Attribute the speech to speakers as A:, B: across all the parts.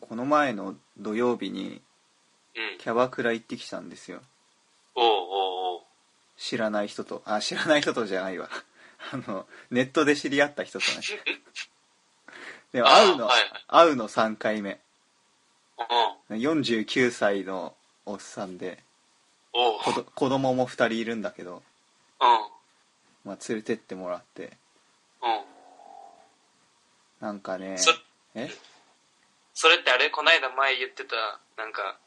A: この前の土曜日に
B: うん。
A: キャバクラ行ってきたんですよ
B: おうおうおう。
A: 知らない人とあ知らない人とじゃないわ あのネットで知り合った人とねでも会うの、
B: あはい
A: 会うの3回目
B: うん。
A: 49歳のおっさんで
B: おう。
A: 子ど子供も2人いるんだけど、
B: う
A: まあ、連れてってもらって
B: ん。うん。
A: なんかね
B: そ
A: え
B: それってあれこないだ前言ってた、なんか、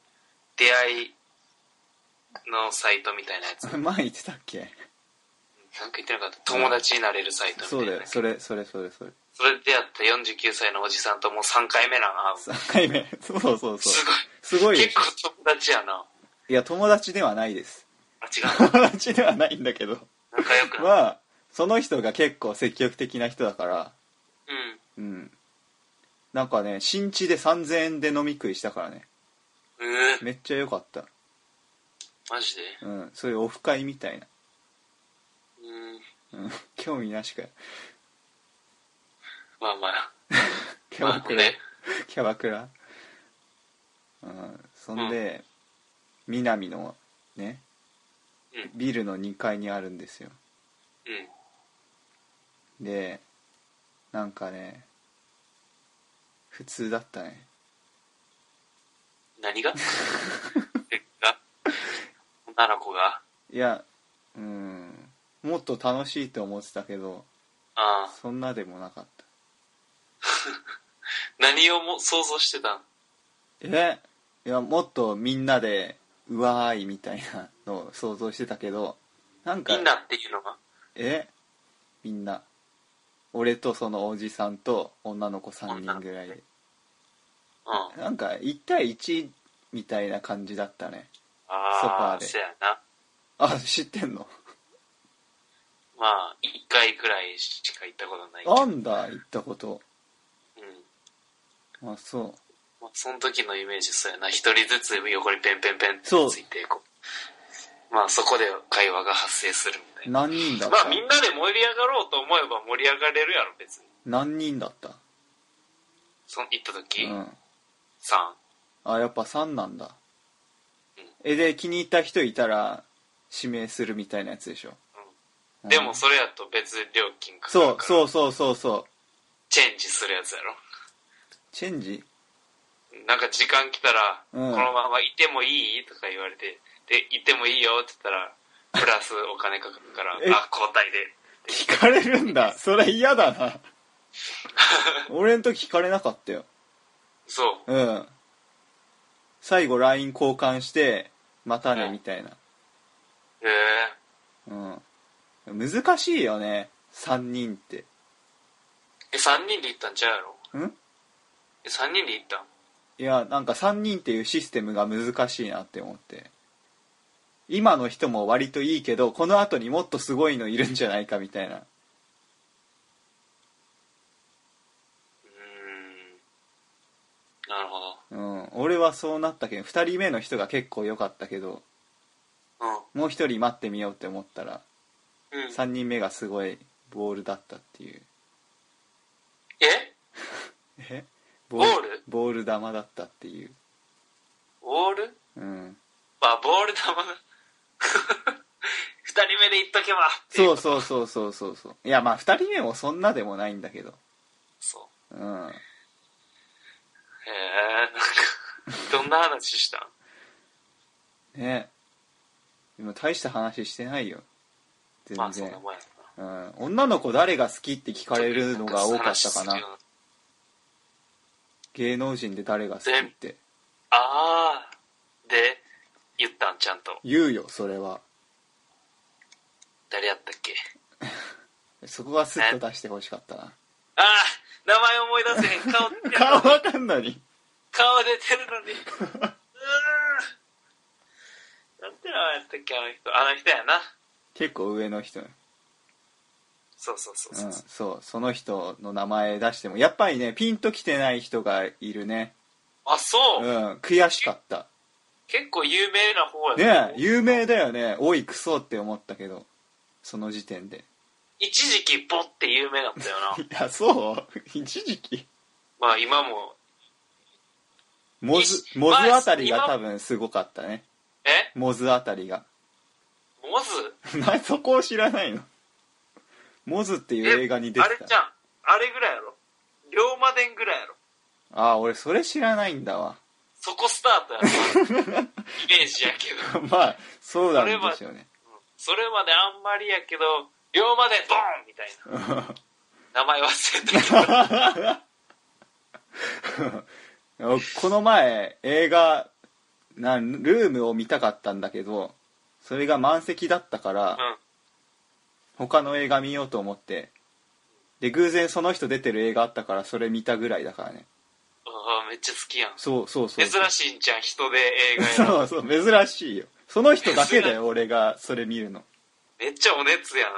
B: 出会いのサイトみたいなやつ。なんか
A: 前言ってたっけ
B: 言ってなかった。友達になれるサイトみたい
A: そ
B: な。
A: うだよそれそれそれそれ
B: それで出会った49歳のおじさんともう3回目なの
A: 3回目そうそうそう
B: す
A: すご
B: ご
A: い
B: い。
A: で
B: 結
A: しょ
B: 構友達やな。
A: いや友達ではないです
B: あ、違
A: 友
B: う。
A: 達ではないんだけど
B: 仲良くな
A: まあその人が結構積極的な人だから
B: うん。
A: うんなんかね新地で3000円で飲み食いしたからね
B: うーん。
A: めっちゃ良かった
B: マジで
A: うんそういうオフ会みたいな、
B: うん。
A: うん、 興味なしかよ
B: まあまあ。
A: キャ
B: ま
A: バ
B: あ、
A: ク
B: ほ
A: ラ、
B: んで。
A: キャバクラうんそんで、南のね
B: うん
A: ビルの2階にあるんですよ
B: うん。
A: でなんかね普通だったね
B: 何が結果女の子が。
A: いやうんもっと楽しいと思ってたけど
B: ああ。
A: そんなでもなかった
B: 何をも想像してたん
A: えいやもっとみんなでうわーいみたいなのを想像してたけどなんか
B: みんなっていうのが。
A: えみんな俺とそのおじさんと女の子3人ぐらいで
B: うん。あ
A: なんか1対1みたいな感じだったねソファ
B: あ
A: ー、で
B: せやな。
A: あ知ってんの
B: まあ、一回くらいしか行ったことないけど。
A: あ
B: うん。
A: んだ行ったことあそう
B: まあ、その時のイメージそうやな。一人ずつ横にペンペンペンって
A: そう
B: ついていこう。まあ、そこで会話が発生するみたいな。
A: 何人だっ
B: ま
A: た
B: あ、みんなで盛り上がろうと思えば盛り上がれるやろ、別に。
A: 何人だった
B: その行った時、
A: うん
B: 3。
A: あやっぱ3なんだ
B: うん
A: えで気に入った人いたら指名するみたいなやつでしょ、うん
B: でもそれやと別料金かかる
A: そ
B: か
A: う
B: ら
A: そうそうそうそう
B: チェンジするやつやろ
A: チェンジ
B: なんか時間来たら、
A: うん
B: このままいてもいいとか言われてでいてもいいよって言ったらプラスお金かかるから
A: え
B: あ交代で
A: 聞かれるん だそれ嫌だな俺んと聞かれなかったよ
B: そう
A: うん最後 LINE 交換してまたね
B: うん
A: みたいな
B: へえ
A: うん難しいよね3人って
B: え3人で行ったんちゃうやろ
A: ん
B: え3人で行ったん
A: いやなんか3人っていうシステムが難しいなって思って今の人も割といいけどこの後にもっとすごいのいるんじゃないかみたいな
B: うーんなるほ
A: うん俺はそうなったけど2人目の人が結構良かったけど
B: ど
A: もう1人待ってみようって思ったら
B: うん、うん、
A: 3人目がすごいボールだったっていう
B: え
A: え
B: ボール
A: ボール球だったっていう
B: オール
A: うん
B: あボール球 だ二人目で行っとけばってい
A: そうそうそうそうそうそういやまあ2人目もそんなでもないんだけど
B: そう
A: うん
B: へえなんかどんな話したん
A: ねでも大した話してないよ全然、
B: まあそんなもんやろ
A: うん、女の子誰が好きって聞か
B: な
A: れるのが多かったか
B: 話するよ
A: な芸能人で誰が好きって
B: ああで言ったんちゃんと
A: 言うよそれは
B: 誰やったっけ
A: そこはスッと出してほしかったな
B: ああ名前思い出せへん顔出てる
A: 顔わかんのに
B: 顔出てるの にうーんなんて名前やったっけあの人あの人やな
A: 結構上の人
B: そうそうそう
A: う
B: そ
A: ん
B: う、
A: そうその人の名前出してもやっぱりねピンときてない人がいるね
B: あそうう、
A: ん悔しかった
B: 結構有名な方や
A: ねえ有名だよねおいクソって思ったけどその時点で
B: 一時期ボって有名 だ ったよな
A: いやそう一時期
B: まあ今も
A: モズモズあたりが多分すごかったね
B: え
A: モズあたりが
B: モズ
A: なそこを知らないのモズっていう映画に出
B: あ
A: て
B: れじ
A: た
B: ゃんあれぐらいやろ龍馬伝ぐらいやろ
A: ああ俺それ知らないんだわ
B: そこスタートやろイメージやけど
A: まあそうなんでしょうね
B: それまであんまりやけど龍馬伝ボーンみたいな名前忘れたけ ど
A: この前映画なんルームを見たかったんだけどそれが満席だったから、
B: うん
A: 他の映画見ようと思ってで偶然その人出てる映画あったからそれ見たぐらいだからね
B: ああめっちゃ好きやん
A: そうそうそう
B: 珍しいんじゃん人で映画やろ
A: そうそう珍しいよその人だけだよ俺がそれ見るの
B: めっちゃお熱 やん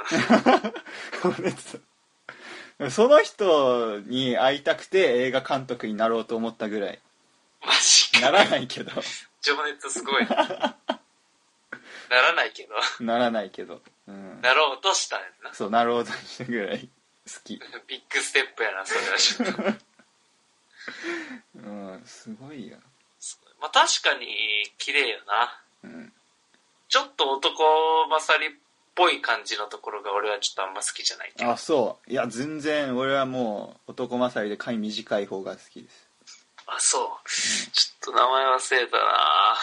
A: その人に会いたくて映画監督になろうと思ったぐらい
B: マジ
A: な
B: から
A: ないけど
B: 情熱すごいなならないけど
A: ならないけど、うん、
B: なろうとしたんやな
A: そうなろうとしたぐらい好き
B: ビッグステップやなそれはちょっと
A: うんすごいよ
B: まあ確かに綺麗よな
A: うん
B: ちょっと男勝りっぽい感じのところが俺はちょっとあんま好きじゃないけど
A: あそういや全然俺はもう男勝りで髪短い方が好きです
B: あそうちょっと名前忘れたなあ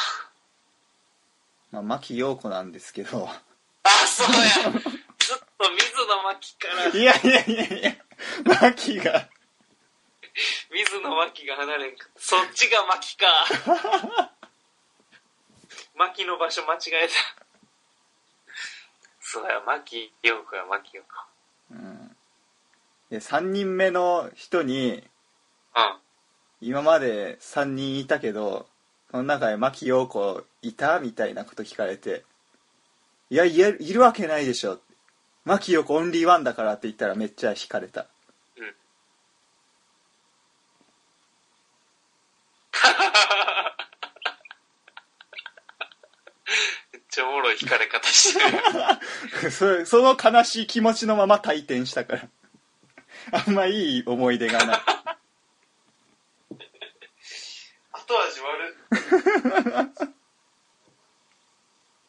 A: まあ牧陽子なんですけど
B: そうやずっと水野真紀から
A: いやいやいやいや牧が
B: 水野真紀が離れんかそっちが真 紀か真紀の場所間違えたそうや真紀陽子や真紀陽子
A: うんで3人目の人に
B: うん
A: 今まで3人いたけどその中で牧陽子いたみたいなこと聞かれて「いやいやいるわけないでしょ」牧陽子オンリーワンだからって言ったらめっちゃ惹かれた
B: めっちゃおもろい惹かれ方し てる
A: そその悲しい気持ちのまま退店したから あんまいい思い出がない
B: 後味悪